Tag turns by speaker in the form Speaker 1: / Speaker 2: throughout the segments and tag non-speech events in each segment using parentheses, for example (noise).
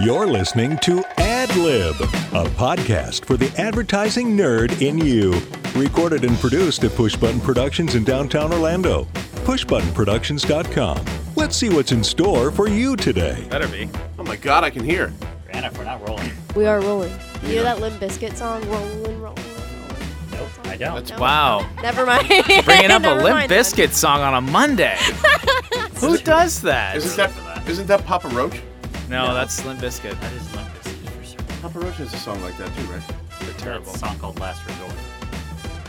Speaker 1: You're listening to AdLib, a podcast for the advertising nerd in you. Recorded and produced at Push Button Productions in downtown Orlando. PushButtonProductions.com. Let's see what's in store for you today.
Speaker 2: Better be.
Speaker 3: Oh my god, I can hear.
Speaker 4: Granted, we're not rolling.
Speaker 5: We are rolling. You know that Limp Bizkit song, Rollin', Rollin', Rollin'?
Speaker 4: Nope, I don't.
Speaker 5: No. (laughs)
Speaker 2: Wow.
Speaker 5: Never mind.
Speaker 2: Bringing up a
Speaker 5: (laughs) Never
Speaker 2: Limp
Speaker 5: mind then.
Speaker 2: Biscuit song on a
Speaker 5: (laughs)
Speaker 2: Monday. Who does that?
Speaker 3: Isn't that isn't that Papa Roach?
Speaker 2: No, that's Limp Biscuit.
Speaker 4: That is Limp Bizkit for sure.
Speaker 3: Papa Roach has a song like that too, right?
Speaker 4: They're terrible. That song called Last Resort. (laughs)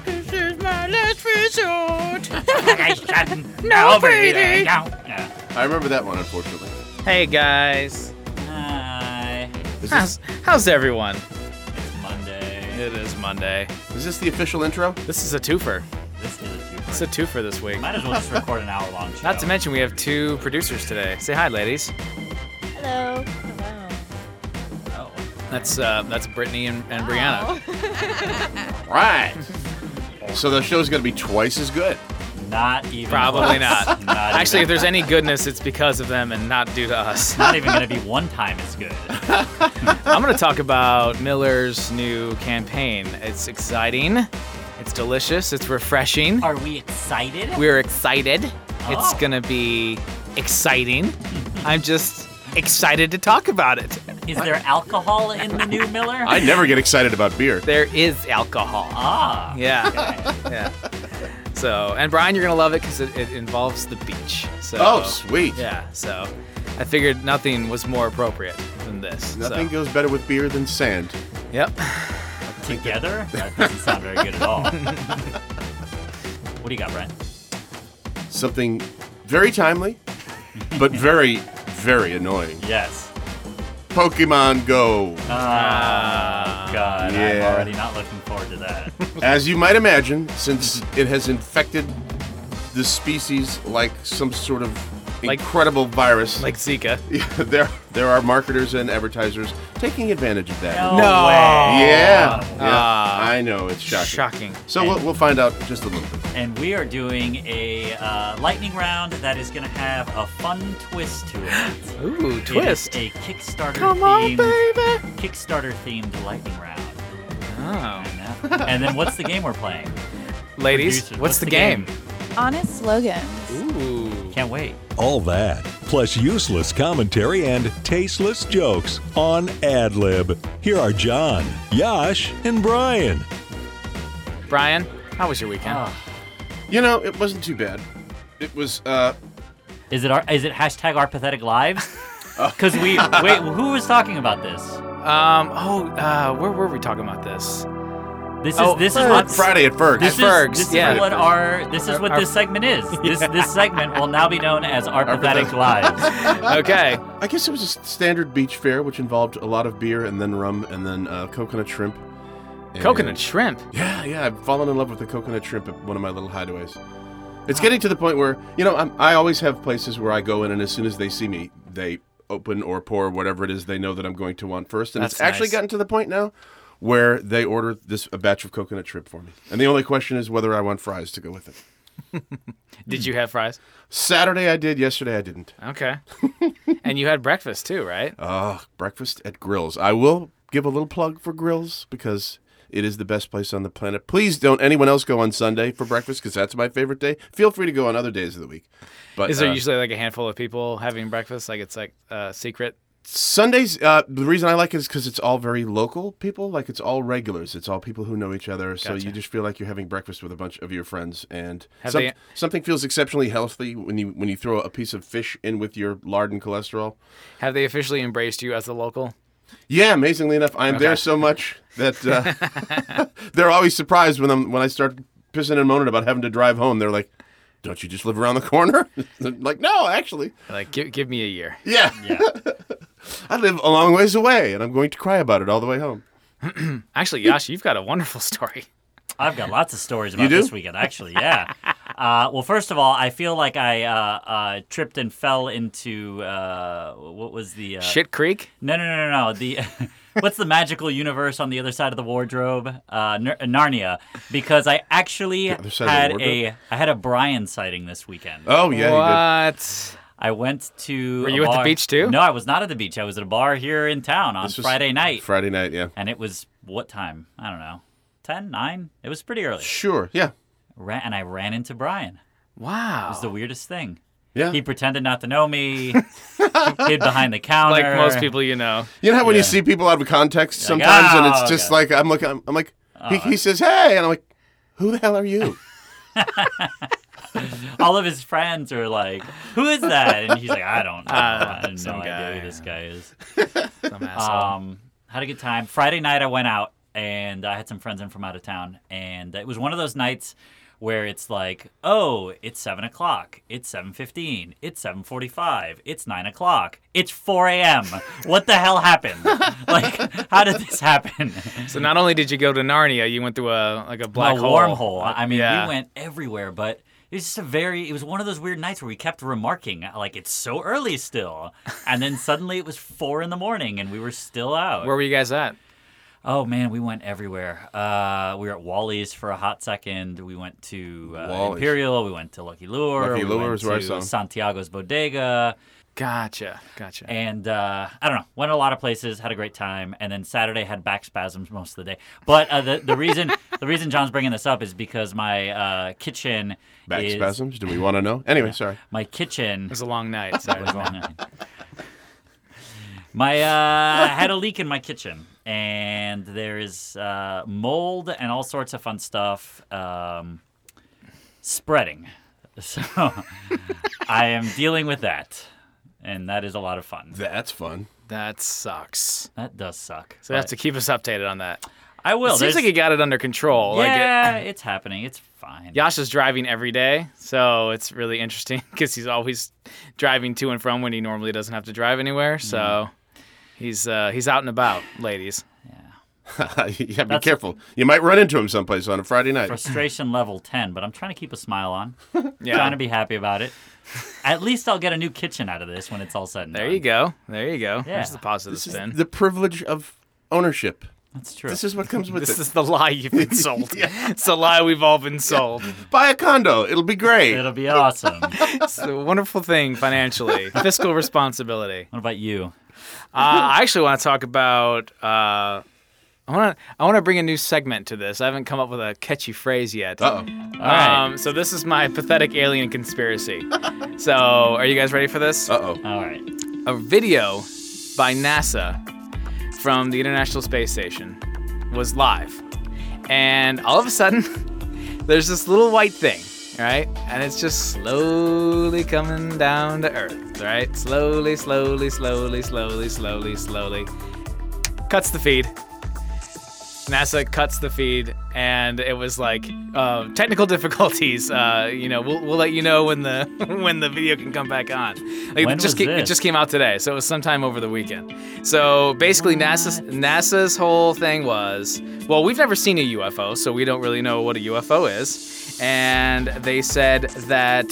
Speaker 4: This is my last resort. no, over there. No. no.
Speaker 3: I remember that one, unfortunately.
Speaker 2: Hey guys.
Speaker 4: Hi.
Speaker 3: Is this,
Speaker 2: How's, how's everyone?
Speaker 4: It's Monday.
Speaker 2: It is Monday.
Speaker 3: is this the official intro?
Speaker 2: This is a twofer.
Speaker 4: This is a twofer.
Speaker 2: It's a twofer this week.
Speaker 4: Might as well just record an hour long show.
Speaker 2: Not to mention we have two producers today. Say hi, ladies.
Speaker 5: Hello.
Speaker 4: Oh,
Speaker 2: That's uh, that's Brittany and, and Brianna.
Speaker 3: Right. (laughs) so the show's gonna be twice as good.
Speaker 4: not even.
Speaker 2: Probably
Speaker 4: close.
Speaker 2: not.
Speaker 4: (laughs) not
Speaker 2: Actually, if
Speaker 4: even,
Speaker 2: there's any goodness, it's because of them and not due to
Speaker 5: (laughs)
Speaker 2: us.
Speaker 4: not even going to be one time
Speaker 2: (laughs)
Speaker 4: as good.
Speaker 2: I'm going to talk about Miller's new campaign. It's exciting. It's delicious. It's refreshing.
Speaker 4: Are we excited?
Speaker 2: We're excited. It's
Speaker 4: Oh.
Speaker 2: going to be exciting. I'm just excited to talk about it.
Speaker 4: Is there alcohol in the new Miller?
Speaker 3: I never get excited
Speaker 2: (laughs)
Speaker 3: about beer.
Speaker 2: There is alcohol.
Speaker 4: ah.
Speaker 2: (laughs) Yeah. Yeah. So, and Brian, you're going to love it because it, it involves the beach. So,
Speaker 3: Oh, sweet.
Speaker 2: Yeah. So, I figured nothing was more appropriate than this. so-
Speaker 3: Nothing goes better with beer than sand.
Speaker 2: Yep.
Speaker 4: Together? That doesn't sound very good
Speaker 2: (laughs)
Speaker 4: at all. what do you got, Brent?
Speaker 3: Something very timely,
Speaker 2: (laughs)
Speaker 3: but very, very annoying.
Speaker 4: Yes.
Speaker 3: Pokemon Go.
Speaker 4: Oh,
Speaker 2: Oh,
Speaker 4: God. I'm
Speaker 3: Yeah.
Speaker 4: already not looking forward
Speaker 2: (laughs)
Speaker 4: to that.
Speaker 3: As you might imagine, since it has infected the species like some sort of
Speaker 2: Like-
Speaker 3: incredible virus.
Speaker 2: Like (laughs) Zika.
Speaker 3: Yeah, (laughs) there there are marketers and advertisers taking advantage of that.
Speaker 2: No.
Speaker 4: way.
Speaker 3: Yeah, yeah.
Speaker 2: Ah.
Speaker 3: I know it's shocking.
Speaker 2: Shocking.
Speaker 3: So we'll, we'll find out just a little bit.
Speaker 4: And we are doing a uh, lightning round that is going to have a fun twist to it.
Speaker 2: Ooh, twist.
Speaker 4: It is a Kickstarter
Speaker 2: Come on,
Speaker 4: themed
Speaker 2: baby.
Speaker 4: Kickstarter themed lightning round.
Speaker 2: Oh.
Speaker 4: I know. and then what's the game we're playing?
Speaker 2: Ladies,
Speaker 4: Producers,
Speaker 2: what's, the, game?
Speaker 6: Honest slogans.
Speaker 2: Ooh.
Speaker 4: Can't wait.
Speaker 1: All that, plus useless commentary and tasteless jokes on AdLib. Here are John, Yash, and Brian.
Speaker 2: Brian, how was your weekend?
Speaker 4: Ah.
Speaker 3: You know, it wasn't too bad. It was uh,
Speaker 4: Is it our, is it hashtag our
Speaker 2: (laughs)
Speaker 4: pathetic lives?
Speaker 2: Oh.
Speaker 4: Because we wait, who was talking about this?
Speaker 2: Um, oh, uh, where were we talking about this?
Speaker 4: This is
Speaker 2: Oh,
Speaker 4: this is
Speaker 2: Ferg's.
Speaker 4: what
Speaker 3: Friday at Ferg's.
Speaker 4: This
Speaker 2: At Ferg's,
Speaker 4: is, this
Speaker 2: yeah.
Speaker 4: is what our this is
Speaker 2: Our-
Speaker 4: what
Speaker 2: our-
Speaker 4: this segment is. This
Speaker 2: (laughs)
Speaker 4: this segment will now be known as our,
Speaker 3: Our
Speaker 4: pathetic lives. (laughs)
Speaker 2: Okay.
Speaker 3: I guess it was a s- standard beach fair, which involved a lot of beer and then rum and then uh, coconut shrimp. And-
Speaker 2: Coconut shrimp.
Speaker 3: Yeah, yeah. I've fallen in love with the coconut shrimp at one of my little hideaways. It's getting to the point where you know I'm, I always have places where I go in, and as soon as they see me, they open or pour whatever it is they know that I'm going to want first. And it's
Speaker 2: That's nice.
Speaker 3: actually gotten to the point now where they order this a batch of coconut shrimp for me, and the only question is whether I want fries to go with it.
Speaker 2: Did you have fries?
Speaker 3: Saturday I did, yesterday I didn't.
Speaker 4: (laughs)
Speaker 2: Okay. and you had breakfast too, right?
Speaker 4: Oh,
Speaker 3: Ah, breakfast at Grills. I will give a little plug for Grills because it is the best place on the planet. Please don't anyone else go on Sunday for breakfast because that's my favorite day. Feel free to go on other days of the week. But
Speaker 2: Is there
Speaker 3: uh,
Speaker 2: usually like a handful of people having breakfast? Like it's like uh, secret?
Speaker 3: Sundays? Uh, the reason I like it is because it's all very local people. Like it's all regulars. It's all people who know each other. So you just feel like you're having breakfast with a bunch of your friends, and
Speaker 2: Have
Speaker 3: some-
Speaker 2: they-
Speaker 3: something feels exceptionally healthy when you when you throw a piece of fish in with your lard and cholesterol.
Speaker 2: Have they officially embraced you as a local?
Speaker 3: Yeah, amazingly enough, I'm there so much that uh,
Speaker 4: (laughs)
Speaker 3: (laughs) they're always surprised when I'm when I start pissing and moaning about having to drive home. They're like, "Don't you just live around the corner?" (laughs) I'm like, no, actually,
Speaker 2: Like, give, give me a year.
Speaker 3: yeah,
Speaker 4: Yeah.
Speaker 3: (laughs) I live a long ways away, and I'm going to cry about it all the way home.
Speaker 4: (laughs)
Speaker 2: Actually, Yash, you've got a wonderful story.
Speaker 4: I've got lots of stories about
Speaker 3: do?
Speaker 4: this weekend, actually. Yeah. Uh, well, first of all, I feel like I uh, uh, tripped and fell into uh, what was the uh,
Speaker 2: Shit Creek?
Speaker 4: No, no, no, no, no. The (laughs) what's the magical universe on the other side of the wardrobe? Uh, N- Narnia. Because I actually
Speaker 3: other side of the
Speaker 4: had
Speaker 3: wardrobe?
Speaker 4: a I had a Brian sighting this weekend.
Speaker 3: Oh yeah, you did.
Speaker 2: what?
Speaker 4: I went to.
Speaker 2: Were
Speaker 4: a
Speaker 2: you at the
Speaker 4: bar-
Speaker 2: beach, too?
Speaker 4: No, I was not at the beach. I was at a bar here in town on
Speaker 3: This was
Speaker 4: Friday night,
Speaker 3: Friday night, yeah.
Speaker 4: and it was what time? I don't know, 10, 9? It was pretty early.
Speaker 3: Sure, yeah,
Speaker 4: Ran, and I ran into Brian.
Speaker 2: Wow.
Speaker 4: It was the weirdest thing.
Speaker 3: yeah.
Speaker 4: He pretended not to
Speaker 3: (laughs)
Speaker 4: know me. hid behind the counter.
Speaker 2: like most people you know.
Speaker 4: (laughs)
Speaker 3: You know how when you see people out of context
Speaker 4: like,
Speaker 3: sometimes, and
Speaker 4: "Oh,
Speaker 3: it's just
Speaker 4: okay."
Speaker 3: like I'm like I'm, I'm like
Speaker 4: Uh.
Speaker 3: he, he says hey, and I'm like, who the hell are
Speaker 4: (laughs)
Speaker 3: you?
Speaker 4: all of his friends are like, "Who is that?" And he's like, "I
Speaker 2: (laughs)
Speaker 4: don't know. I have no
Speaker 2: Ah, some
Speaker 4: idea
Speaker 2: guy.
Speaker 4: who this guy is."
Speaker 2: Some asshole.
Speaker 4: Um, had a good time. Friday night, I went out and I had some friends in from out of town, and it was one of those nights where it's like, "Oh, it's seven o'clock. It's seven fifteen. It's seven forty-five. It's nine o'clock. It's four a.m. What the hell happened? (laughs) like, how did this happen?"
Speaker 2: so not only did you go to Narnia, you went through a like a black
Speaker 4: a
Speaker 2: hole.
Speaker 4: wormhole. I mean,
Speaker 2: yeah.
Speaker 4: we went everywhere, but it was just a very. It was one of those weird nights where we kept remarking, like, "It's so early still," and then suddenly it was four in the morning, and we were still out.
Speaker 2: Where were you guys at?
Speaker 4: oh man, we went everywhere. Uh, we were at Wally's for a hot second. We went to uh,
Speaker 3: Wally's.
Speaker 4: Imperial. We went to Lucky Lure.
Speaker 3: Lucky
Speaker 4: we
Speaker 3: Lure
Speaker 4: went
Speaker 3: is where I
Speaker 4: to
Speaker 3: saw 'em.
Speaker 4: Santiago's Bodega
Speaker 2: Gotcha. Gotcha.
Speaker 4: and uh, I don't know, went to a lot of places, had a great time, and then Saturday had back spasms most of the day. But uh, the the
Speaker 3: (laughs)
Speaker 4: reason the reason John's bringing this up is because my uh, kitchen
Speaker 3: Back
Speaker 4: is,
Speaker 3: spasms? Do we want to know? Anyway, sorry.
Speaker 4: My kitchen
Speaker 2: it was a long night. Sorry.
Speaker 4: was wrong. My uh, I had a leak in my kitchen, and there is uh, mold and all sorts of fun stuff um, spreading. (laughs) So I am dealing with that, and that is a lot of fun.
Speaker 3: That's fun.
Speaker 2: that sucks.
Speaker 4: That does suck.
Speaker 2: So you have
Speaker 4: but-
Speaker 2: to keep us updated on that.
Speaker 4: I will.
Speaker 2: Seems
Speaker 4: There's-
Speaker 2: like you got it under control. Like it,
Speaker 4: yeah, it's happening. It's fine.
Speaker 2: Yasha's driving every day, so it's really interesting (laughs) because he's always driving to and from when he normally doesn't have to drive anywhere. So
Speaker 3: Mm-hmm.
Speaker 2: he's uh, he's out and about, ladies.
Speaker 3: (laughs) yeah, be careful. You might run into him someplace on a Friday night.
Speaker 4: Frustration level 10, but I'm trying to keep a smile on.
Speaker 2: Yeah.
Speaker 4: Trying to be happy about it. At least I'll get a new kitchen out of this when it's all said and
Speaker 2: There
Speaker 4: done.
Speaker 2: you go. There you go. There's
Speaker 4: Yeah.
Speaker 2: the positive
Speaker 3: This is
Speaker 2: spin.
Speaker 3: the privilege of ownership.
Speaker 4: That's true.
Speaker 3: This is what comes with
Speaker 2: This
Speaker 3: it.
Speaker 2: is the lie you've
Speaker 3: (laughs)
Speaker 2: been sold. It's the lie we've all been sold.
Speaker 3: Buy a condo. It'll be great.
Speaker 4: It'll be awesome. what
Speaker 2: It's a wonderful thing
Speaker 3: (laughs)
Speaker 2: financially, fiscal responsibility.
Speaker 4: about you?
Speaker 2: Uh, I actually want to talk about. Uh, I want to. I want to bring a new segment to this. I haven't come up with a catchy phrase yet.
Speaker 3: Uh
Speaker 4: All right.
Speaker 2: Um, so this is my pathetic alien conspiracy. so are you guys ready for this?
Speaker 3: oh. Uh oh.
Speaker 4: all right.
Speaker 2: A video by NASA from the International Space Station was live, and all of a sudden, (laughs) there's this little white thing, right? And it's just slowly coming down to Earth, right? Slowly, slowly, slowly, slowly, slowly, slowly. Cuts the feed. NASA cuts the feed, and it was like uh, technical (laughs) difficulties. Uh, you know, we'll, we'll let you know when the (laughs) when the video can come back on. Like
Speaker 4: When
Speaker 2: it just
Speaker 4: was
Speaker 2: ca- it
Speaker 4: this?
Speaker 2: just came out today, so it was sometime over the weekend. So basically, NASA's NASA's whole thing was, well, we've never seen a UFO, so we don't really know what a UFO is, and they said that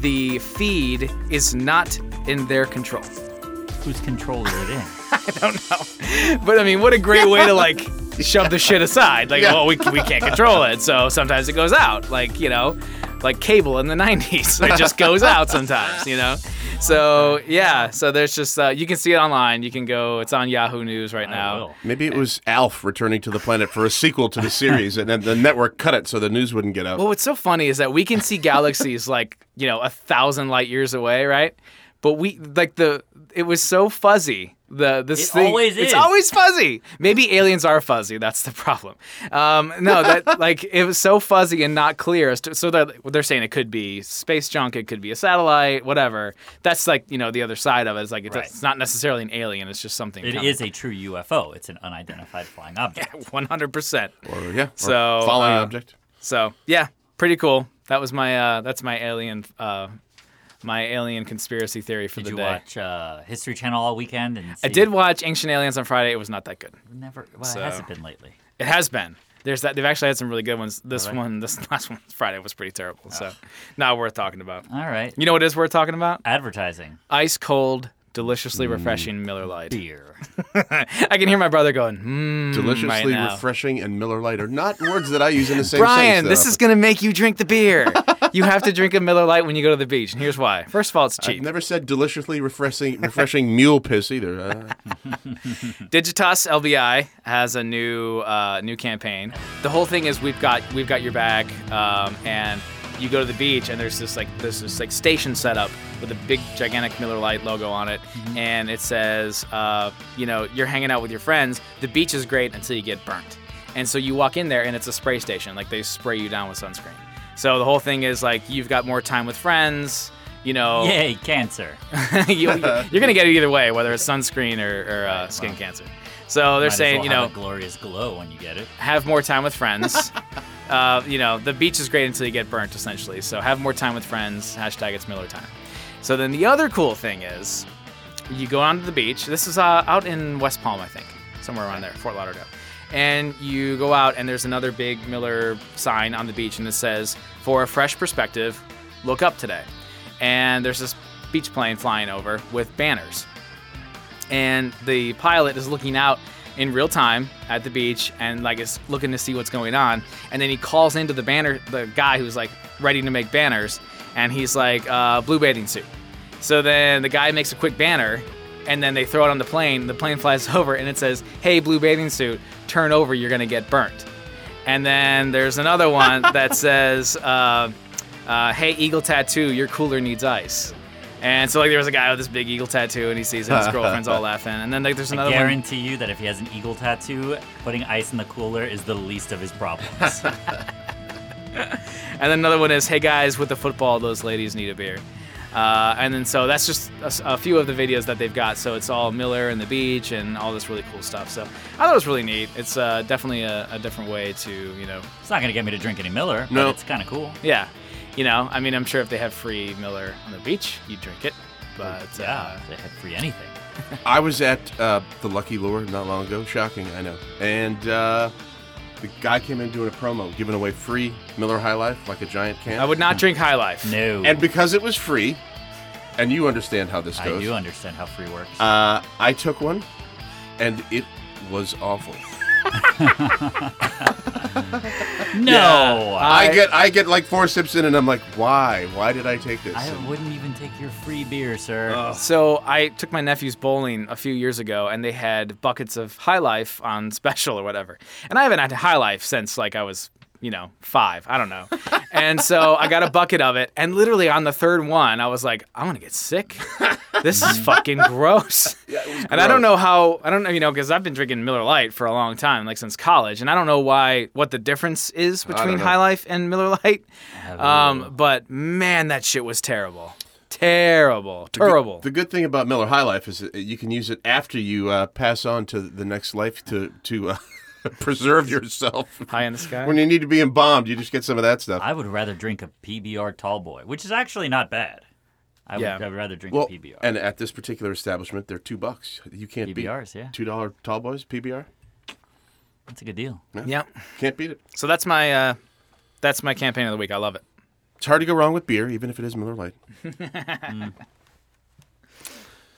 Speaker 2: the feed is not in their control.
Speaker 4: Whose control is it in?
Speaker 2: But I mean, what a great way to like shove the shit aside. Like, well, we, we can't control it, so sometimes it goes out. Like, you know, like cable in the 90s. It just goes out sometimes, you know? So, yeah, so there's just, uh, you can see it online. You can go, it's on Yahoo News right
Speaker 4: I
Speaker 2: now.
Speaker 4: will.
Speaker 3: Maybe it was Alf returning to the planet for a sequel to the series, and then the network cut it so the news wouldn't get out.
Speaker 2: Well, what's so funny is that we can see
Speaker 4: (laughs)
Speaker 2: galaxies like, you know, a thousand light years away, right? But we, like, the, it was so fuzzy. The, this
Speaker 4: It
Speaker 2: thing,
Speaker 4: always
Speaker 2: It's
Speaker 4: is.
Speaker 2: always fuzzy. Maybe aliens are fuzzy. That's the problem. Um, no,
Speaker 4: (laughs)
Speaker 2: that like it was so fuzzy and not clear. As to, so they're, they're saying it could be space junk. It could be a satellite. Whatever. That's like you know the other side of it. It's like it's,
Speaker 4: Right.
Speaker 2: it's not necessarily an alien. It's just something.
Speaker 4: It is a true UFO. It's an unidentified flying
Speaker 2: (laughs)
Speaker 4: object.
Speaker 2: One hundred percent.
Speaker 3: or, yeah. or
Speaker 2: So,
Speaker 3: following
Speaker 2: uh,
Speaker 3: object.
Speaker 2: So yeah, pretty cool. That was my uh, that's my alien uh, my alien conspiracy theory for
Speaker 4: Did
Speaker 2: the
Speaker 4: you
Speaker 2: day.
Speaker 4: watch uh, History Channel all weekend? And
Speaker 2: I
Speaker 4: see-
Speaker 2: did watch Ancient Aliens on Friday. It was not that good.
Speaker 4: Never. Well,
Speaker 2: So-
Speaker 4: it hasn't been lately.
Speaker 2: It has been. There's that. They've actually had some really good ones. This
Speaker 4: Really?
Speaker 2: one, this (laughs) last one, Friday was pretty terrible. So
Speaker 4: Ah.
Speaker 2: not worth talking about.
Speaker 4: All right.
Speaker 2: You know what is worth talking about?
Speaker 4: Advertising.
Speaker 2: Ice cold,
Speaker 4: Mm.
Speaker 2: deliciously refreshing Miller Lite.
Speaker 4: Beer.
Speaker 2: I can hear my brother going, mm, right
Speaker 3: Deliciously
Speaker 2: now.
Speaker 3: refreshing and Miller Lite are not words that I use in the same sentence.
Speaker 2: Brian,
Speaker 3: that
Speaker 2: this
Speaker 3: often.
Speaker 2: is gonna make you drink the beer. you have to drink a Miller Lite when you go to the beach, and here's why. First of all,
Speaker 4: Uh,
Speaker 2: it's
Speaker 3: I've
Speaker 2: cheap.
Speaker 3: never said deliciously refreshing, refreshing mule piss either. Uh,
Speaker 2: Digitas LBI has a new uh, new campaign. The whole thing is we've got we've got your back, um, and you go to the beach and there's this like there's this like station set up with a big gigantic Miller Lite logo on it, and it says uh, you know you're hanging out with your friends. The beach is great until you get burnt, and so you walk in there and it's a spray station like they spray you down with sunscreen. So the whole thing is like you've got more time with friends. You know,
Speaker 4: (laughs) Yay, cancer.
Speaker 2: (laughs) you, are gonna get it either way, whether it's sunscreen or, or uh, skin cancer. So they're
Speaker 4: Might as
Speaker 2: saying,
Speaker 4: well
Speaker 2: you
Speaker 4: have
Speaker 2: know,
Speaker 4: a glorious glow when you get it.
Speaker 2: have more time with
Speaker 4: (laughs)
Speaker 2: friends. uh, you know, the beach is great until you get burnt, essentially. So have more time with friends. Hashtag it's Miller time. So then the other cool thing is, you go onto the beach. This is uh, out in West Palm, I think, somewhere around there, Fort Lauderdale. And you go out, and there's another big Miller sign on the beach, and it says, "For a fresh perspective, look up today." And there's this beach plane flying over with banners and the pilot is looking out in real time at the beach and like is looking to see what's going on and then he calls into the banner the guy who's like ready to make banners and he's like uh, blue bathing suit so then the guy makes a quick banner and then they throw it on the plane the plane flies (laughs) over and it says hey blue bathing suit turn over you're gonna get burnt and then there's another one that says uh, uh, hey eagle tattoo your cooler needs ice and so like there was a guy with this big eagle tattoo, and he sees it, and his girlfriend's all laughing. And then like there's another one.
Speaker 4: Guarantee you that if he has an eagle tattoo, putting ice in the cooler is the least of his
Speaker 2: (laughs)
Speaker 4: problems.
Speaker 2: And then another one is, "Hey guys, with the football, those ladies need a beer." Uh, and then so that's just a, s- a few of the videos that they've got. So it's all Miller and the beach and all this really cool stuff. So I thought it was really neat. It's uh, definitely a, a different way to you know,
Speaker 4: it's not gonna get me to drink any Miller,
Speaker 3: No.
Speaker 4: but it's kind of cool.
Speaker 2: yeah, you know. I mean, I'm sure if they have free Miller on the beach, you drink it. But
Speaker 4: Yeah,
Speaker 2: uh,
Speaker 4: they had free anything.
Speaker 3: I was at uh, the Lucky Lure not long ago. Shocking, I know. And uh, the guy came in doing a promo, giving away free Miller High Life like a giant can.
Speaker 2: I would not drink High Life.
Speaker 4: No,
Speaker 3: And because it was free, and you understand how this
Speaker 4: I
Speaker 3: goes,
Speaker 4: do understand how free works.
Speaker 3: uh, I took one, and it was awful.
Speaker 4: no,
Speaker 2: yeah,
Speaker 3: I,
Speaker 2: I-
Speaker 3: get I get like four sips in, and I'm like, why? Why did I take this?
Speaker 4: I
Speaker 3: And
Speaker 4: wouldn't even take your free beer, sir.
Speaker 2: So I took my nephews bowling a few years ago, and they had buckets of High Life on (laughs) special or whatever. And I haven't had High Life since like I was, you know, five. I don't know. and so I got a bucket of it, and literally on the third one, I was like, I'm gonna get sick. This is fucking gross. And I don't know how I don't know, you know, because I've been drinking Miller Lite for a long time, like since college, and I don't know why what the difference is between
Speaker 3: know.
Speaker 2: High Life and Miller Lite. Um, but man, that shit was terrible. Terrible. Terrible.
Speaker 3: The good thing about Miller High Life is that you can use it after you uh, pass on to the next life to to uh, (laughs) preserve yourself.
Speaker 2: High in the sky.
Speaker 3: When you need to be embalmed, you just get some of that stuff.
Speaker 4: I would rather drink a PBR tall boy, which is actually not bad. I
Speaker 2: Yeah.
Speaker 4: would I'd rather drink
Speaker 3: well,
Speaker 4: a PBR.
Speaker 3: and at this particular establishment, they're two bucks. You can't
Speaker 4: PBRs,
Speaker 3: beat
Speaker 4: yeah.
Speaker 3: two dollar tall boys PBR.
Speaker 4: That's a good deal.
Speaker 2: yeah.
Speaker 3: Can't beat it.
Speaker 2: So that's my uh, that's my campaign of the week. I love it.
Speaker 3: It's hard to go wrong with beer, even if it is Miller
Speaker 4: (laughs)
Speaker 3: Lite. Mm.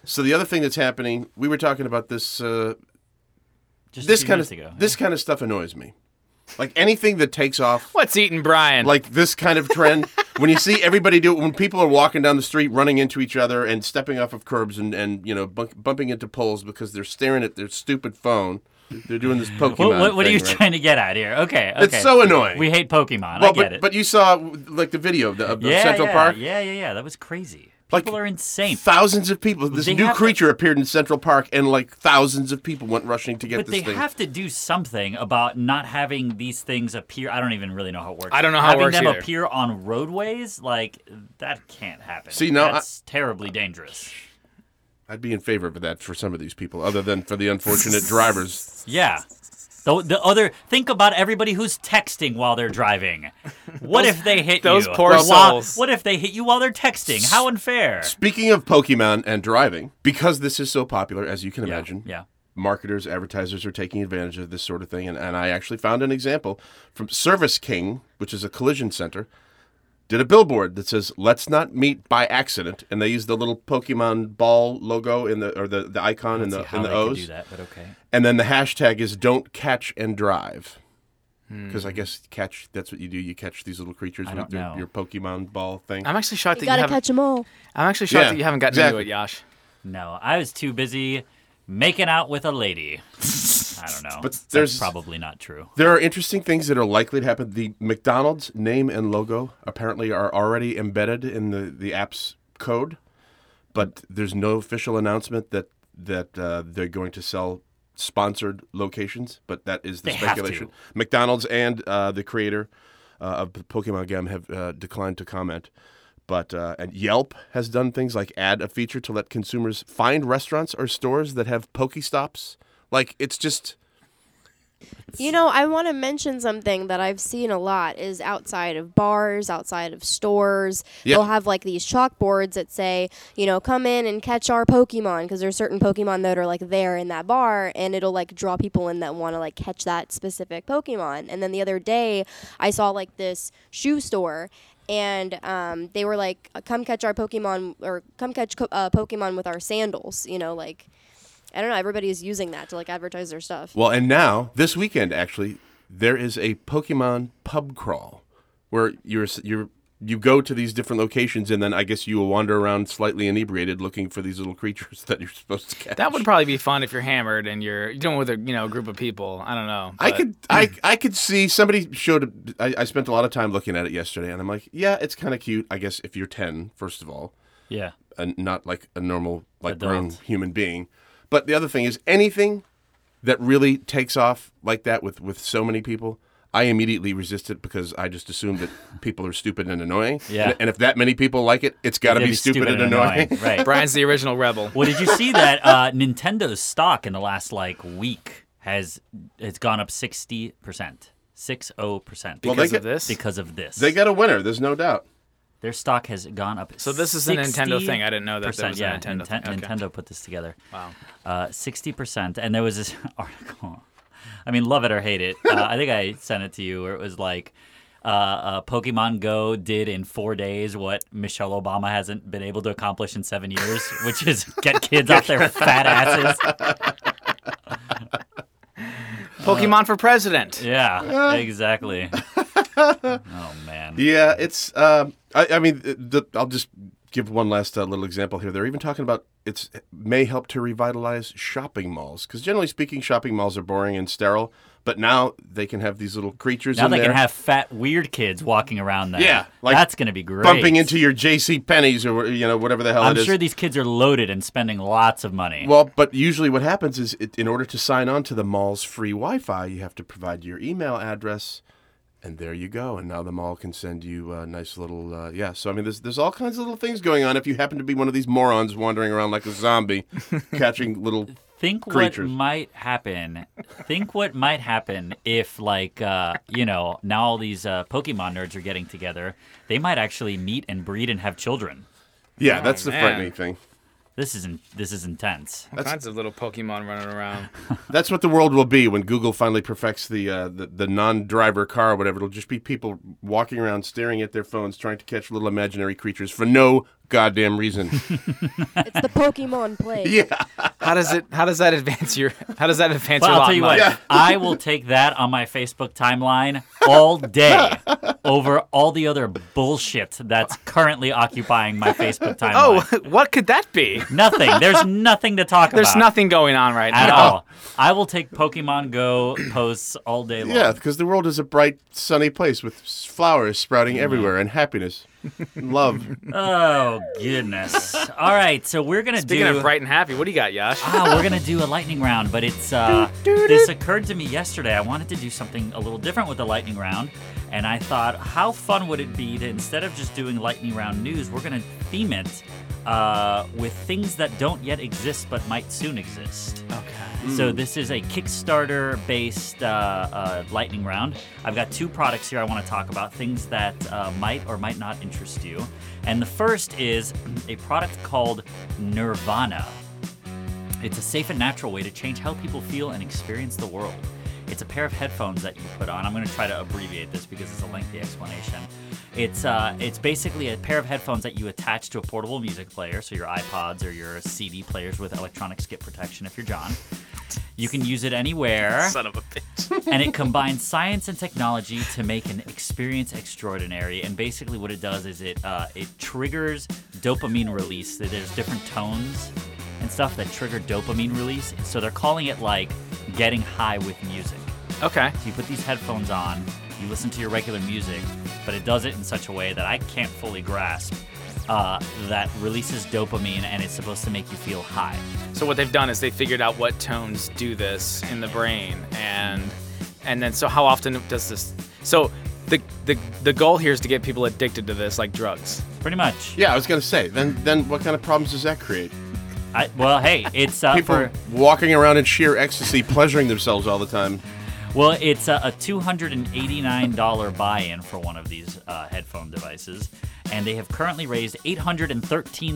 Speaker 3: so the other thing that's happening, we were talking about this. Uh,
Speaker 4: Just
Speaker 3: this
Speaker 4: a few
Speaker 3: kind of
Speaker 4: minutes ago.
Speaker 3: this kind of stuff annoys me. Like anything that takes off
Speaker 2: What's eating Brian?
Speaker 3: like this kind of
Speaker 4: (laughs)
Speaker 3: trend. when you see everybody do it, when people are walking down the street, running into each other and stepping off of curbs and, and you know, bunk, bumping into poles because they're staring at their stupid phone. They're doing this Pokemon.
Speaker 4: What, what, what are
Speaker 3: thing,
Speaker 4: you
Speaker 3: right?
Speaker 4: trying to get at here? Okay, okay.
Speaker 3: It's so annoying.
Speaker 4: We hate Pokemon.
Speaker 3: Well,
Speaker 4: I get
Speaker 3: but,
Speaker 4: it.
Speaker 3: but you saw like the video of the, of the
Speaker 4: yeah,
Speaker 3: Central
Speaker 4: yeah,
Speaker 3: Park.
Speaker 4: Yeah, yeah, yeah. That was crazy.
Speaker 3: Like-
Speaker 4: People are insane.
Speaker 3: Thousands of people. This
Speaker 4: They
Speaker 3: new
Speaker 4: have to-
Speaker 3: creature appeared in Central Park, and like thousands of people went rushing to get
Speaker 4: But
Speaker 3: this
Speaker 4: they
Speaker 3: thing.
Speaker 4: have to do something about not having these things appear. I don't even really know how it works.
Speaker 2: I don't know how it
Speaker 4: having
Speaker 2: works
Speaker 4: them
Speaker 2: either.
Speaker 4: appear on roadways like that can't happen.
Speaker 3: See, now I-
Speaker 4: that's terribly dangerous.
Speaker 3: I'd be in favor of that for some of these people, other than for the
Speaker 4: (laughs)
Speaker 3: unfortunate drivers.
Speaker 4: Yeah. The, the other think about everybody who's texting while
Speaker 3: (laughs)
Speaker 4: they're driving. What if they hit
Speaker 2: those
Speaker 4: you?
Speaker 2: poor
Speaker 4: Well, wha-
Speaker 2: souls.
Speaker 4: What if they hit you while they're texting? How unfair.
Speaker 3: Speaking of Pokemon and driving, because this is so popular, as you can
Speaker 4: Yeah,
Speaker 3: imagine,
Speaker 4: Yeah.
Speaker 3: marketers, advertisers are taking advantage of this sort of thing. And, and I actually found an example from Service King, which is a collision center, did a billboard that says, let's not meet by accident. And they used the little Pokemon ball logo in the, or the, the icon in
Speaker 4: See
Speaker 3: the,
Speaker 4: how
Speaker 3: in the
Speaker 4: they could do
Speaker 3: O's.
Speaker 4: that, but okay.
Speaker 3: And then the hashtag is don't catch and drive. because I guess catch that's what you do. You catch these little creatures
Speaker 4: Hmm. I
Speaker 3: with
Speaker 4: don't
Speaker 3: your,
Speaker 4: know.
Speaker 3: your Pokemon ball thing.
Speaker 2: I'm actually shocked that
Speaker 5: You
Speaker 2: you
Speaker 5: gotta
Speaker 2: haven't.
Speaker 5: catch them all.
Speaker 2: I'm actually shocked
Speaker 3: Yeah,
Speaker 2: that you haven't gotten
Speaker 3: exactly.
Speaker 2: into it, Yash.
Speaker 4: No, I was too busy making out with
Speaker 3: (laughs)
Speaker 4: a lady. I don't know.
Speaker 3: But
Speaker 4: That's
Speaker 3: there's-
Speaker 4: probably not true.
Speaker 3: There are interesting things that are likely to happen. The McDonald's name and logo apparently are already embedded in the, the app's code, but there's no official announcement that that uh, they're going to sell sponsored locations. But that is the
Speaker 4: They have
Speaker 3: speculation.
Speaker 4: to.
Speaker 3: McDonald's and uh, the creator uh, of the Pokemon game have uh, declined to comment. But uh, and Yelp has done things like add a feature to let consumers find restaurants or stores that have Pokestops. Like it's just
Speaker 5: You know, I want to mention something that I've seen a lot is outside of bars, outside of stores.
Speaker 3: Yeah.
Speaker 5: They'll have like these chalkboards that say, you know, come in and catch our Pokemon because there's certain Pokemon that are like there in that bar, and it'll like draw people in that want to like catch that specific Pokemon. And then the other day, I saw like this shoe store. And um, they were like, "Come catch our Pokemon, or come catch co- uh, Pokemon with our sandals." You know, like I don't know. Everybody is using that to like advertise their stuff.
Speaker 3: Well, and now this weekend actually there is a Pokemon pub crawl where you're you're you go to these different locations and then I guess you will wander around slightly inebriated looking for these little creatures (laughs) that you're supposed to catch.
Speaker 2: That would probably be fun if you're hammered and you're doing with a you know group of people. I don't know.
Speaker 3: (laughs) I
Speaker 2: but-
Speaker 3: could (laughs) I I could see somebody showed I, I spent a lot of time looking at it yesterday and I'm like, yeah, it's kind of cute, I guess if you're 10 first of all.
Speaker 4: Yeah.
Speaker 3: and not like a normal like grown
Speaker 4: Adult.
Speaker 3: human being. But the other thing is anything that really takes off like that with with so many people, I immediately resist it because I just assume that (laughs) people are stupid and annoying.
Speaker 4: Yeah.
Speaker 3: And, and if that many people like it, it's got to
Speaker 4: That'd
Speaker 3: be, stupid, and annoying.
Speaker 4: (laughs)
Speaker 3: (laughs)
Speaker 4: Right.
Speaker 2: Brian's the original rebel.
Speaker 4: Well, did you see that uh, Nintendo's stock in the last like week has has gone up sixty percent, six zero percent
Speaker 3: Well,
Speaker 2: Because
Speaker 3: they
Speaker 2: of
Speaker 3: get-
Speaker 2: this.
Speaker 4: because of this.
Speaker 3: they got a winner. There's no doubt.
Speaker 4: Their stock has gone up.
Speaker 2: So this is a Nintendo thing. I didn't know that there was a
Speaker 4: yeah,
Speaker 2: Nintendo
Speaker 4: Ninten-
Speaker 2: thing. Okay.
Speaker 4: Nintendo put this together. Uh,
Speaker 2: Wow.
Speaker 4: Sixty percent, and there was this (laughs) article. I mean, love it or hate it. Uh, I think I sent it to you, where it was like, uh, uh, Pokemon Go did in four days what Michelle Obama hasn't been able to accomplish in seven years, which
Speaker 2: (laughs)
Speaker 4: is get kids off their fat asses.
Speaker 2: Pokemon for president. (laughs)
Speaker 4: Yeah, exactly. oh man.
Speaker 3: Yeah, it's. Um, I, I mean, the, I'll just give one last uh, little example here. They're even talking about it's may help to revitalize shopping malls because generally speaking, shopping malls are boring and sterile. But now they can have these little creatures.
Speaker 4: Now
Speaker 3: in
Speaker 4: they
Speaker 3: there
Speaker 4: can have fat, weird kids walking around there.
Speaker 3: Yeah, like
Speaker 4: that's gonna be great.
Speaker 3: bumping into your J.C. Penney's or you know whatever the hell
Speaker 4: I'm
Speaker 3: it is.
Speaker 4: sure these kids are loaded and spending lots of money.
Speaker 3: well, but usually what happens is it, in order to sign on to the mall's free Wi-Fi, you have to provide your email address, and there you go. And now the mall can send you a nice little uh, yeah. So I mean, there's there's all kinds of little things going on. If you happen to be one of these morons wandering around like a zombie, catching little
Speaker 4: think
Speaker 3: creatures.
Speaker 4: what might happen. think what might happen if, like, uh, you know, now all these uh, Pokemon nerds are getting together. They might actually meet and breed and have children.
Speaker 3: yeah, that's the
Speaker 2: man.
Speaker 3: frightening thing.
Speaker 4: This is in, this is intense.
Speaker 2: All kinds of little Pokemon running around.
Speaker 3: That's what the world will be when Google finally perfects the uh, the, the non-driver car or whatever. It'll just be people walking around staring at their phones, trying to catch little imaginary creatures for no goddamn reason.
Speaker 5: It's the Pokemon plague.
Speaker 3: yeah,
Speaker 2: How does it? How does that advance your? How does that advance
Speaker 4: Well,
Speaker 2: your
Speaker 4: I'll
Speaker 2: lot
Speaker 4: tell
Speaker 2: in
Speaker 4: you
Speaker 2: life?
Speaker 4: what. (laughs) I will take that on my Facebook timeline
Speaker 3: (laughs)
Speaker 4: all day over all the other bullshit that's currently occupying my Facebook
Speaker 2: Oh, (laughs)
Speaker 4: timeline.
Speaker 2: what could that be?
Speaker 4: nothing. There's nothing to talk
Speaker 2: There's
Speaker 4: about.
Speaker 2: nothing going on right
Speaker 4: at
Speaker 2: now.
Speaker 4: all. I will take Pokemon Go posts all day long.
Speaker 3: yeah, because the world is a bright, sunny place with s- flowers
Speaker 4: Mm-hmm.
Speaker 3: sprouting everywhere and
Speaker 4: (laughs)
Speaker 3: happiness, and love.
Speaker 4: Oh goodness. All right, so we're gonna
Speaker 2: Speaking
Speaker 4: do.
Speaker 2: of bright and happy, what do you got, Yash?
Speaker 4: Ah, we're gonna do a lightning round, but it's uh, this occurred to me yesterday. I wanted to do something a little different with the lightning round, and I thought, how fun would it be to instead of just doing lightning round news, we're gonna theme it uh, with things that don't yet exist but might soon exist. Okay. So this is a Kickstarter-based uh, uh, lightning round. I've got two products here I want to talk about, things that uh, might or might not interest you. And the first is a product called Nirvana. It's a safe and natural way to change how people feel and experience the world. It's a pair of headphones that you put on. I'm going to try to abbreviate this because it's a lengthy explanation. It's uh, it's basically a pair of headphones that you attach to a portable music player, so your iPods or your CD players with electronic skip protection if you're John. You can use it anywhere.
Speaker 2: Son of a bitch.
Speaker 4: and it combines science and technology to make an experience extraordinary. And basically, what it does is it uh, it triggers dopamine release. There- There's different tones and stuff that trigger dopamine release. So they're calling it like getting high with music.
Speaker 2: Okay.
Speaker 4: So you put these headphones on, you listen to your regular music, but it does it in such a way that I can't fully grasp. Uh, that releases dopamine and it's supposed to make you feel high.
Speaker 2: So what they've done is they figured out what tones do this in the brain, and and then so how often does this? So the the the goal here is to get people addicted to this, like drugs.
Speaker 4: Pretty much.
Speaker 3: Yeah, I was gonna say. Then, then what kind of problems does that create?
Speaker 4: I, well, hey, it's uh,
Speaker 3: People
Speaker 4: for
Speaker 3: walking around in sheer ecstasy, pleasuring themselves all the time.
Speaker 4: Well, it's a, a $289 buy in for one of these uh, headphone devices, and they have currently raised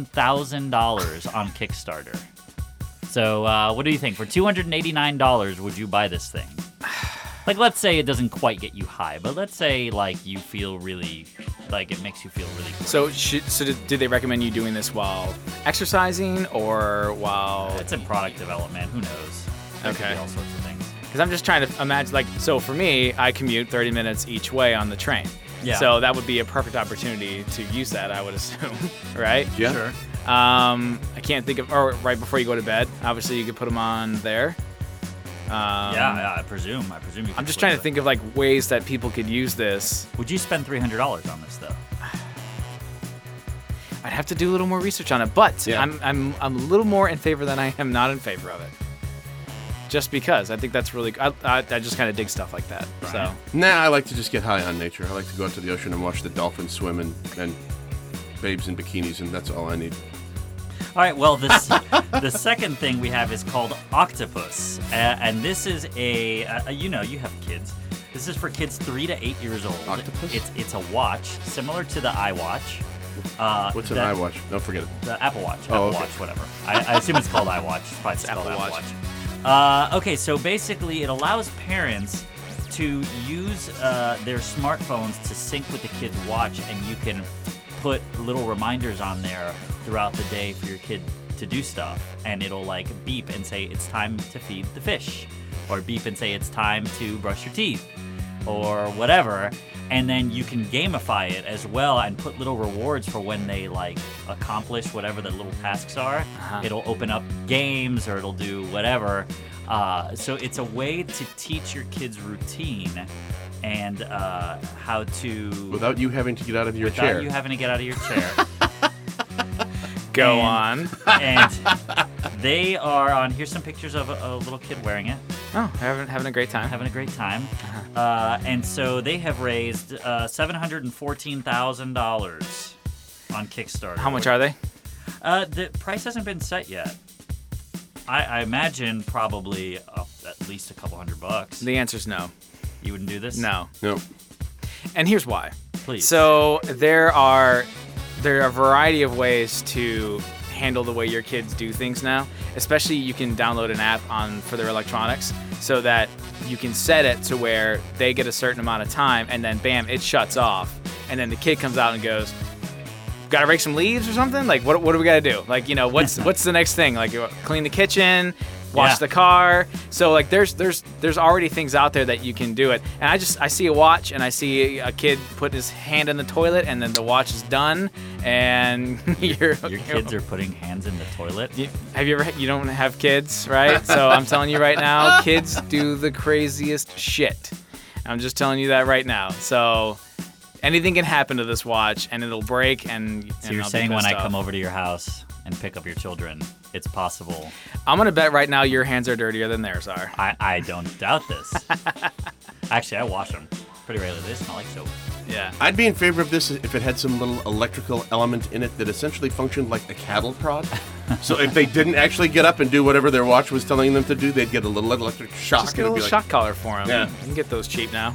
Speaker 4: $813,000 on Kickstarter. So, uh, what do you think? For $289, would you buy this thing? (sighs) Like, let's say it doesn't quite get you high, but let's say, like, you feel really, like, it makes you feel really good.
Speaker 2: So should, so did, did they recommend you doing this while exercising or while?
Speaker 4: it's in product development. Who knows? There could
Speaker 2: Okay.
Speaker 4: be all sorts of things.
Speaker 2: Because I'm just trying to imagine, like, so for me, I commute 30 minutes each way on the train.
Speaker 4: Yeah.
Speaker 2: So that would be a perfect opportunity to use that, I would assume, (laughs) right?
Speaker 3: Yeah.
Speaker 4: Sure.
Speaker 2: Um, I can't think of, or right before you go to bed, obviously you could put them on there. Um,
Speaker 4: yeah, yeah, I presume. I presume you
Speaker 2: I'm
Speaker 4: could
Speaker 2: just
Speaker 4: flip
Speaker 2: trying to
Speaker 4: it.
Speaker 2: think of like ways that people could use this.
Speaker 4: Would you spend $300 on this, though?
Speaker 2: I'd have to do a little more research on it, but
Speaker 3: Yeah.
Speaker 2: I'm, I'm, I'm a little more in favor than I am not in favor of it. Just because I think that's really, I, I, I just kind of dig stuff like that. So
Speaker 3: Nah, I like to just get high on nature. I like to go out to the ocean and watch the dolphins swim and, and babes in bikinis, and that's all I need.
Speaker 4: All right. Well, this the second thing we have is called Octopus, uh, and this is a uh, you know you have kids. This is for kids three to eight years old.
Speaker 3: Octopus?
Speaker 4: It's it's a watch similar to the iWatch. Uh,
Speaker 3: What's an
Speaker 4: that-
Speaker 3: eye watch? No, forget it.
Speaker 4: the Apple Watch. Apple
Speaker 3: Oh, okay.
Speaker 4: Watch, whatever. I, I assume it's called iWatch. It's probably just called
Speaker 2: Apple
Speaker 4: Apple
Speaker 2: Watch.
Speaker 4: Watch. Uh, okay, so basically, it allows parents to use uh, their smartphones to sync with the kid's watch, and you can put little reminders on there throughout the day for your kid to do stuff, and it'll like beep and say it's time to feed the fish, or beep and say it's time to brush your teeth or whatever and then you can gamify it as well and put little rewards for when they like accomplish whatever the little tasks are it'll open up games or it'll do whatever uh, so it's a way to teach your kids routine and uh, how to
Speaker 3: Without you having to get out of your
Speaker 4: without
Speaker 3: chair.
Speaker 4: you having to get
Speaker 3: (laughs)
Speaker 4: out of your chair
Speaker 2: go
Speaker 4: And-
Speaker 2: on.
Speaker 4: and they are on here's some pictures of a, a little kid wearing it
Speaker 2: Oh, having, having a great time.
Speaker 4: having a great time.
Speaker 2: Uh-huh.
Speaker 4: Uh, and so they have raised uh, seven hundred and fourteen thousand dollars on Kickstarter.
Speaker 2: How much are they?
Speaker 4: Uh, the price hasn't been set yet. I, I imagine probably uh, at least a couple hundred bucks.
Speaker 2: The answer's no.
Speaker 4: You wouldn't do this?
Speaker 2: No.
Speaker 3: no.
Speaker 2: And here's why.
Speaker 4: Please.
Speaker 2: So there are there are a variety of ways to handle the way your kids do things now. Especially you can download an app on for their electronics so that you can set it to where they get a certain amount of time and then bam, it shuts off. And then the kid comes out and goes, Gotta rake some leaves or something? Like what what do we gotta do? Like, you know,
Speaker 4: (laughs)
Speaker 2: what's what's the next thing? Like you clean the kitchen, wash
Speaker 4: Yeah.
Speaker 2: the car. So like there's there's there's already things out there that you can do it. And I just I see a watch and I see a kid put his hand in the toilet and then the watch is done and (laughs) you're
Speaker 4: Your kids are putting hands in the toilet.
Speaker 2: you- have you ever you don't have kids, right? So I'm telling you right
Speaker 4: (laughs)
Speaker 2: now, kids do the craziest shit. I'm just telling you that right now. So anything can happen to this watch and it'll break and
Speaker 4: So you're saying when I come over to your house and pick up your children, it's possible.
Speaker 2: I'm gonna bet right now your hands are dirtier than theirs are.
Speaker 4: I, I don't doubt
Speaker 2: (laughs)
Speaker 4: this. Actually, I wash them pretty regularly. They smell like soap.
Speaker 2: Yeah.
Speaker 3: I'd be in favor of this if it had some little electrical element in it that essentially functioned like a cattle
Speaker 2: (laughs)
Speaker 3: prod. so if they didn't actually get up and do whatever their watch was telling them to do, they'd get a little electric shock.
Speaker 2: Just
Speaker 3: and
Speaker 2: get a
Speaker 3: it'd
Speaker 2: little
Speaker 3: be like,
Speaker 2: shock collar for him.
Speaker 3: Yeah.
Speaker 2: You can get those cheap now.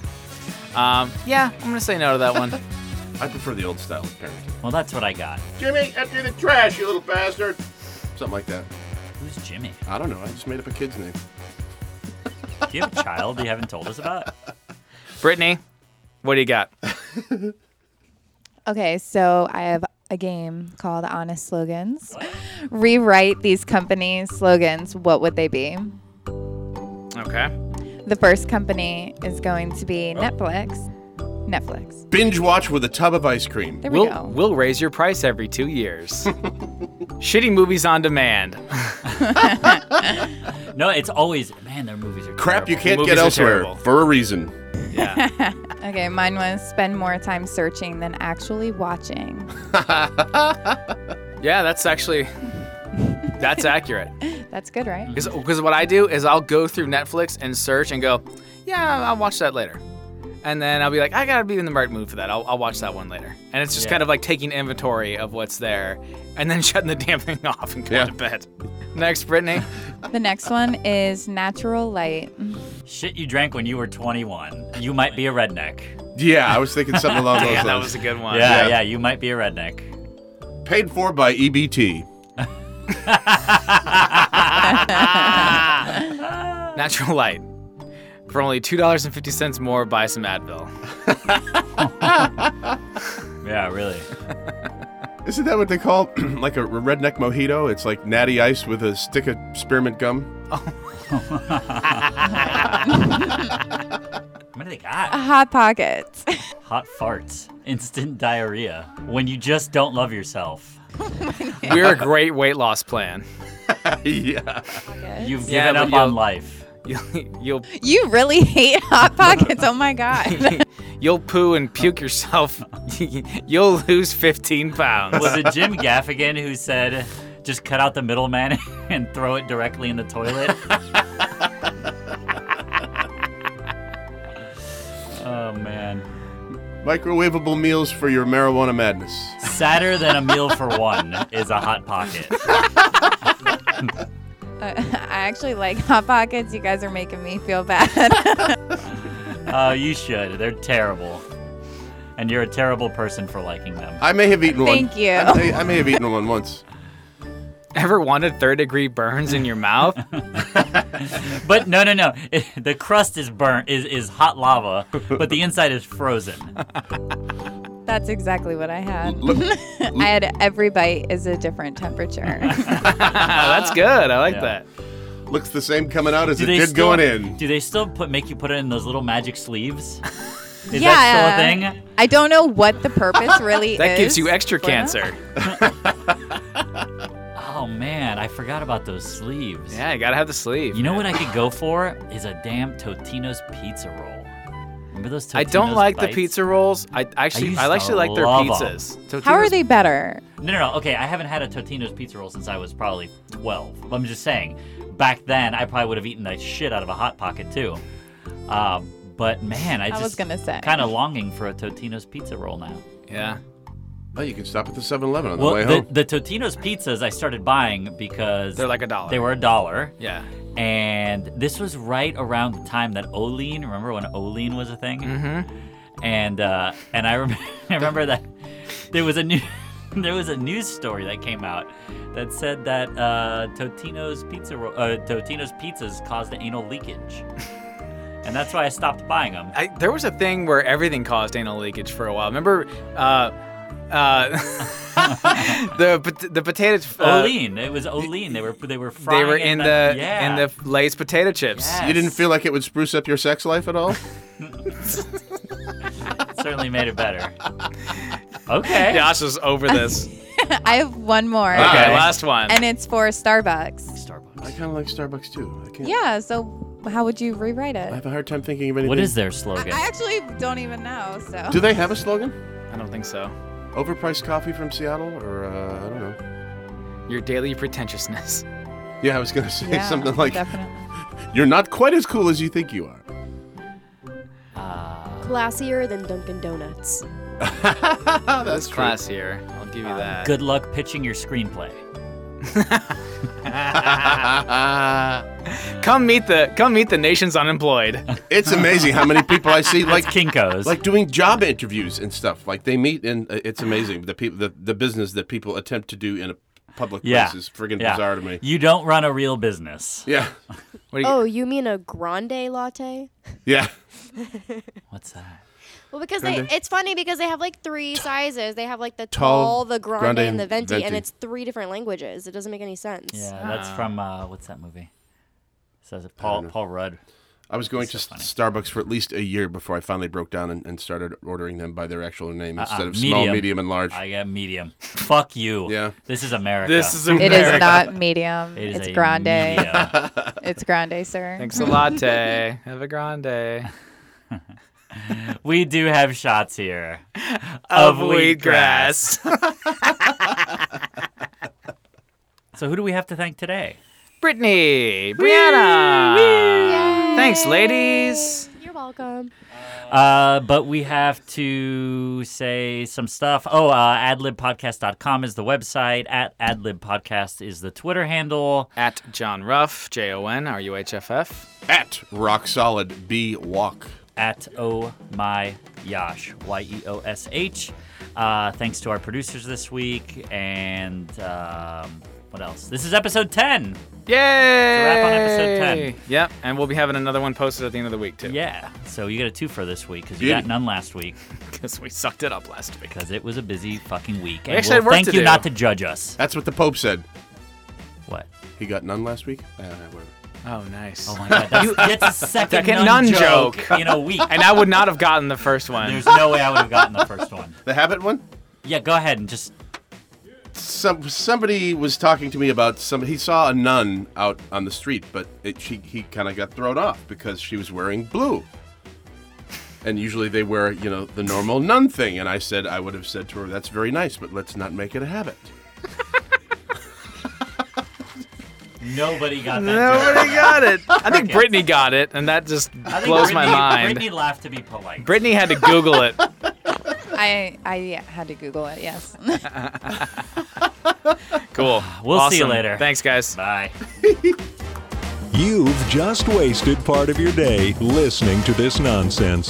Speaker 2: Um, yeah, I'm gonna say no to that
Speaker 3: (laughs)
Speaker 2: one.
Speaker 3: I prefer the old style of parenting.
Speaker 4: Well, that's what I got.
Speaker 3: Jimmy, empty the trash, you little bastard. Something like that.
Speaker 4: Who's Jimmy?
Speaker 3: I don't know. I just made up a kid's name.
Speaker 4: Do you have a child you haven't told us about?
Speaker 2: Brittany, what do you got?
Speaker 6: Okay, so I have a game called Honest Slogans. Rewrite these company slogans. What would they be?
Speaker 2: Okay.
Speaker 6: The first company is going to be Netflix. Netflix.
Speaker 3: Binge watch with a tub of ice cream.
Speaker 6: There we
Speaker 2: We'll,
Speaker 6: go.
Speaker 2: we'll raise your price every two years.
Speaker 3: (laughs)
Speaker 2: Shitty movies on demand. (laughs)
Speaker 4: No, it's always man. Their movies are
Speaker 3: Crap you
Speaker 4: terrible.
Speaker 2: The
Speaker 3: can't get
Speaker 2: movies are
Speaker 3: elsewhere
Speaker 2: terrible.
Speaker 3: for a reason.
Speaker 2: Yeah.
Speaker 6: Okay, mine was spend more time searching than actually watching.
Speaker 2: Yeah, that's actually
Speaker 6: (laughs)
Speaker 2: that's accurate.
Speaker 6: That's good, right?
Speaker 2: Because what I do is I'll go through Netflix and search and go, yeah, I'll watch that later. And then I'll be like, I gotta be in the right mood for that. I'll, I'll watch that one later. And it's just
Speaker 4: Yeah.
Speaker 2: kind of like taking inventory of what's there and then (laughs) shutting the damn thing off and going
Speaker 3: Yeah.
Speaker 2: to bed. Next,
Speaker 4: (laughs)
Speaker 2: Brittany.
Speaker 6: The next one is natural light.
Speaker 4: Shit, you drank when you were 21. You might be a redneck.
Speaker 3: Yeah, I was thinking
Speaker 2: (laughs)
Speaker 3: something along those
Speaker 2: yeah, that
Speaker 3: lines.
Speaker 2: was a good one.
Speaker 4: yeah,
Speaker 3: yeah.
Speaker 4: yeah, you might be a redneck.
Speaker 3: Paid for by E EBT.
Speaker 2: Natural light. For only $2.50 more, buy some Advil.
Speaker 4: Yeah, really.
Speaker 3: Isn't that what they call (clears throat) like a redneck mojito? It's like natty ice with a stick of spearmint
Speaker 4: (laughs)
Speaker 3: gum.
Speaker 4: What do they got?
Speaker 6: Hot pockets. (laughs)
Speaker 4: Hot farts, instant diarrhea. When you just don't love yourself,
Speaker 2: We're a great weight loss plan. (laughs)
Speaker 3: yeah.
Speaker 4: you've
Speaker 2: Yeah,
Speaker 4: given
Speaker 2: but
Speaker 4: up on
Speaker 2: you'll-
Speaker 4: life.
Speaker 2: You'll, you'll,
Speaker 6: You really hate hot pockets. Oh my god. (laughs)
Speaker 2: you'll poo and puke yourself. (laughs) you'll lose 15 pounds.
Speaker 4: Was it Jim Gaffigan who said, "Just cut out the middleman (laughs) and throw it directly in the toilet"? oh man.
Speaker 3: Microwavable meals for your marijuana madness.
Speaker 4: Sadder than a meal for one is a hot pocket.
Speaker 6: Uh, I actually like hot pockets. You guys are making me feel bad.
Speaker 4: Oh, you should. They're terrible. And you're a terrible person for liking them.
Speaker 3: I may have eaten one.
Speaker 6: Thank you.
Speaker 3: I may, I may have eaten one once.
Speaker 2: Ever wanted third degree burns in your mouth? Oh,
Speaker 4: But no, no, no. (laughs) the crust is burnt, is, is hot lava, but the inside
Speaker 3: (laughs)
Speaker 4: is frozen.
Speaker 6: That's exactly what I had.
Speaker 3: Look,
Speaker 6: (laughs) I had every bite is a different temperature.
Speaker 2: That's good. I like
Speaker 4: Yeah.
Speaker 2: that.
Speaker 3: looks the same coming out as
Speaker 4: Do
Speaker 3: it did
Speaker 4: still,
Speaker 3: going in.
Speaker 4: Do they still put make you put it in those little magic sleeves? Is
Speaker 6: Yeah.
Speaker 4: that still a thing?
Speaker 6: I don't know what the purpose really
Speaker 2: (laughs)
Speaker 6: is.
Speaker 2: That gives you extra
Speaker 6: for that.
Speaker 2: cancer.
Speaker 4: Oh man, I forgot about those sleeves.
Speaker 2: Yeah, you gotta have the sleeve.
Speaker 4: You know what I could go for is a damn Totino's pizza roll. Remember those Totino's
Speaker 2: I don't like the
Speaker 4: bites?
Speaker 2: pizza rolls. I actually,
Speaker 4: used
Speaker 2: I,
Speaker 4: to
Speaker 2: actually like their
Speaker 4: love 'em.
Speaker 2: pizzas.
Speaker 6: How are
Speaker 2: Totino's-
Speaker 6: they better? (laughs)
Speaker 4: No, no, no. Okay, I haven't had a Totino's pizza roll since I was probably 12. I'm just saying, back then I probably would have eaten the shit out of a hot pocket too. Um, but man, I,
Speaker 6: I
Speaker 4: just
Speaker 6: was gonna say.
Speaker 4: kind of longing for a Totino's pizza roll now.
Speaker 2: Yeah.
Speaker 3: Oh, you can stop at the 7-Eleven on the
Speaker 4: well,
Speaker 3: way
Speaker 4: the,
Speaker 3: home.
Speaker 4: the Totino's pizzas I started buying because
Speaker 2: They're like a dollar.
Speaker 4: they were a dollar,
Speaker 2: Yeah.
Speaker 4: and this was right around the time that Olean. Remember when Olean was a thing?
Speaker 2: Mm-hmm.
Speaker 4: and uh, and I, rem- (laughs) I remember that there was a new (laughs) there was a news story that came out that said that uh, Totino's pizza ro- uh, Totino's pizzas caused anal
Speaker 2: (laughs)
Speaker 4: leakage, and that's why I stopped buying them.
Speaker 2: I, there was a thing where everything caused anal leakage for a while. Remember, uh, uh, (laughs) the pot- the potato. uh,
Speaker 4: Olean, it was Olean. They were they were
Speaker 2: they
Speaker 4: frying.
Speaker 2: were
Speaker 4: it
Speaker 2: in
Speaker 4: that-
Speaker 2: the
Speaker 4: yeah.
Speaker 2: in the Lay's potato chips.
Speaker 4: Yes.
Speaker 3: you didn't feel like it would spruce up your sex life
Speaker 4: (laughs)
Speaker 3: at all?
Speaker 4: It (laughs) certainly made it
Speaker 2: (laughs)
Speaker 4: better. Okay.
Speaker 2: Josh is
Speaker 6: (laughs)
Speaker 2: over this.
Speaker 6: I have one more.
Speaker 2: Okay,
Speaker 4: Okay.
Speaker 2: last one.
Speaker 6: And it's for Starbucks.
Speaker 3: I
Speaker 4: Starbucks.
Speaker 3: kind of like Starbucks too. I can't.
Speaker 6: Yeah, so how would you rewrite
Speaker 3: I
Speaker 6: it?
Speaker 3: have a hard time thinking of anything.
Speaker 4: What is their slogan?
Speaker 6: I actually don't even know, so.
Speaker 3: Do they have a slogan?
Speaker 2: I don't think so.
Speaker 3: Overpriced coffee from Seattle, or uh, I don't know.
Speaker 2: Your daily pretentiousness.
Speaker 3: Yeah, I was gonna (laughs) say
Speaker 6: Yeah,
Speaker 3: something like,
Speaker 6: definitely.
Speaker 3: "You're not quite as cool as you think you are."
Speaker 4: Uh,
Speaker 5: Classier than Dunkin' Donuts.
Speaker 3: That's true.
Speaker 2: classier. I'll give you that.
Speaker 4: good luck pitching your screenplay.
Speaker 2: Come meet the come meet the nation's
Speaker 4: (laughs)
Speaker 2: unemployed.
Speaker 3: It's amazing how many people I see like
Speaker 4: It's Kinko's.
Speaker 3: like doing job interviews and stuff. Like they meet, and uh, it's amazing the people the, the business that people attempt to do in a public
Speaker 4: yeah.
Speaker 3: place is friggin'
Speaker 4: yeah.
Speaker 3: bizarre to me.
Speaker 4: You don't run a real business.
Speaker 3: Yeah,
Speaker 2: What do you,
Speaker 5: Oh, you mean a grande latte?
Speaker 3: yeah.
Speaker 4: What's that?
Speaker 5: Well, because they,
Speaker 3: Grande?
Speaker 5: it's funny because they have like three sizes. They have like the
Speaker 3: Tall,
Speaker 5: tall, the grande,
Speaker 3: grande,
Speaker 5: and the venti,
Speaker 3: venti.
Speaker 6: Ah.
Speaker 5: and it's three different languages. It doesn't make any sense.
Speaker 4: Yeah, that's from uh, what's that movie? Says it Paul Paul Rudd.
Speaker 3: I was going to
Speaker 4: so
Speaker 3: s- Starbucks for at least a year before I finally broke down and, and started ordering them by their actual name
Speaker 4: Uh-uh,
Speaker 3: instead of small,
Speaker 4: medium.
Speaker 3: medium, and large.
Speaker 4: I got medium. Fuck you.
Speaker 3: Yeah.
Speaker 4: This is America.
Speaker 2: This is
Speaker 6: It
Speaker 2: America.
Speaker 6: is not medium.
Speaker 4: It is
Speaker 6: it's
Speaker 4: a
Speaker 6: grande.
Speaker 3: (laughs)
Speaker 4: medium.
Speaker 6: It's grande, sir.
Speaker 2: Thanks a latte. Have a
Speaker 4: (laughs)
Speaker 2: grande.
Speaker 4: we do have shots here.
Speaker 2: Of
Speaker 4: wheatgrass.
Speaker 2: wheatgrass.
Speaker 4: So who do we have to thank today?
Speaker 2: (laughs) Brittany. Brianna. Thanks, ladies.
Speaker 5: You're welcome.
Speaker 4: Uh, but we have to say some stuff. Oh, uh, adlibpodcast.com is the website. At adlibpodcast is the Twitter handle.
Speaker 2: At John Ruff, J O N R U H F F.
Speaker 3: At Rock Solid B Walk.
Speaker 4: at Oh My Yosh, Y E O S H. Uh, thanks to our producers this week. And um, what else? This is episode 10.
Speaker 2: Yay! wrap
Speaker 4: on episode 10.
Speaker 2: Yep, and we'll be having another one posted at the end of the week, too. (laughs)
Speaker 4: Yeah. So you got a two for this week because you got
Speaker 3: Beauty.
Speaker 4: none last week
Speaker 2: Because we sucked it up last week.
Speaker 4: because it was a busy fucking week.
Speaker 2: actually had
Speaker 4: we'll
Speaker 2: work
Speaker 4: thank
Speaker 2: to
Speaker 4: you
Speaker 2: do.
Speaker 4: not to judge us.
Speaker 3: That's what the Pope said.
Speaker 4: What?
Speaker 3: He got none last week. Uh, whatever.
Speaker 2: Oh, nice.
Speaker 4: Oh my
Speaker 2: (laughs)
Speaker 4: God. That's, that's a second
Speaker 2: Second
Speaker 4: nun,
Speaker 2: nun
Speaker 4: joke,
Speaker 2: joke.
Speaker 4: in a week.
Speaker 2: and I would not have gotten the first one.
Speaker 4: (laughs) There's no way I would have gotten the first one.
Speaker 3: the habit one.
Speaker 4: Yeah, go ahead and just.
Speaker 3: Some somebody was talking to me about some. He saw a nun out on the street, but it, she he kind of got thrown off because she was wearing blue. And usually they wear you know the normal nun thing. And I said I would have said to her, "That's very nice, but let's not make it a habit."
Speaker 4: Nobody got that. joke.
Speaker 2: Nobody got it. I think Brittany got it, and that just
Speaker 4: I think
Speaker 2: blows my
Speaker 4: Brittany-
Speaker 2: mind.
Speaker 4: Brittany laughed to be polite.
Speaker 2: Brittany had to Google it.
Speaker 6: I I had to Google it. Yes.
Speaker 2: Cool.
Speaker 4: We'll see you
Speaker 2: Awesome.
Speaker 4: later.
Speaker 2: Thanks, guys.
Speaker 4: Bye.
Speaker 1: You've just wasted part of your day listening to this nonsense.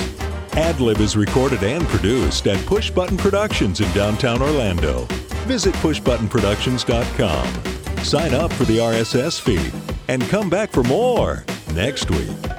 Speaker 1: Adlib is recorded and produced at Push Button Productions in downtown Orlando. Visit pushbuttonproductions.com. Sign up for the RSS feed and come back for more next week.